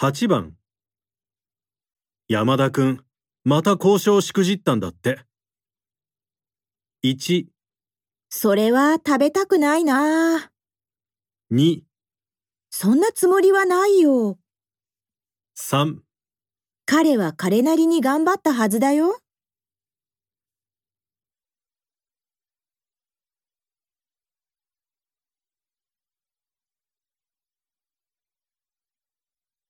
8番山田くん、また交渉しくじったんだって。1、それは食べたくないなあ。 2、そんなつもりはないよ。 3彼は彼なりに頑張ったはずだよ。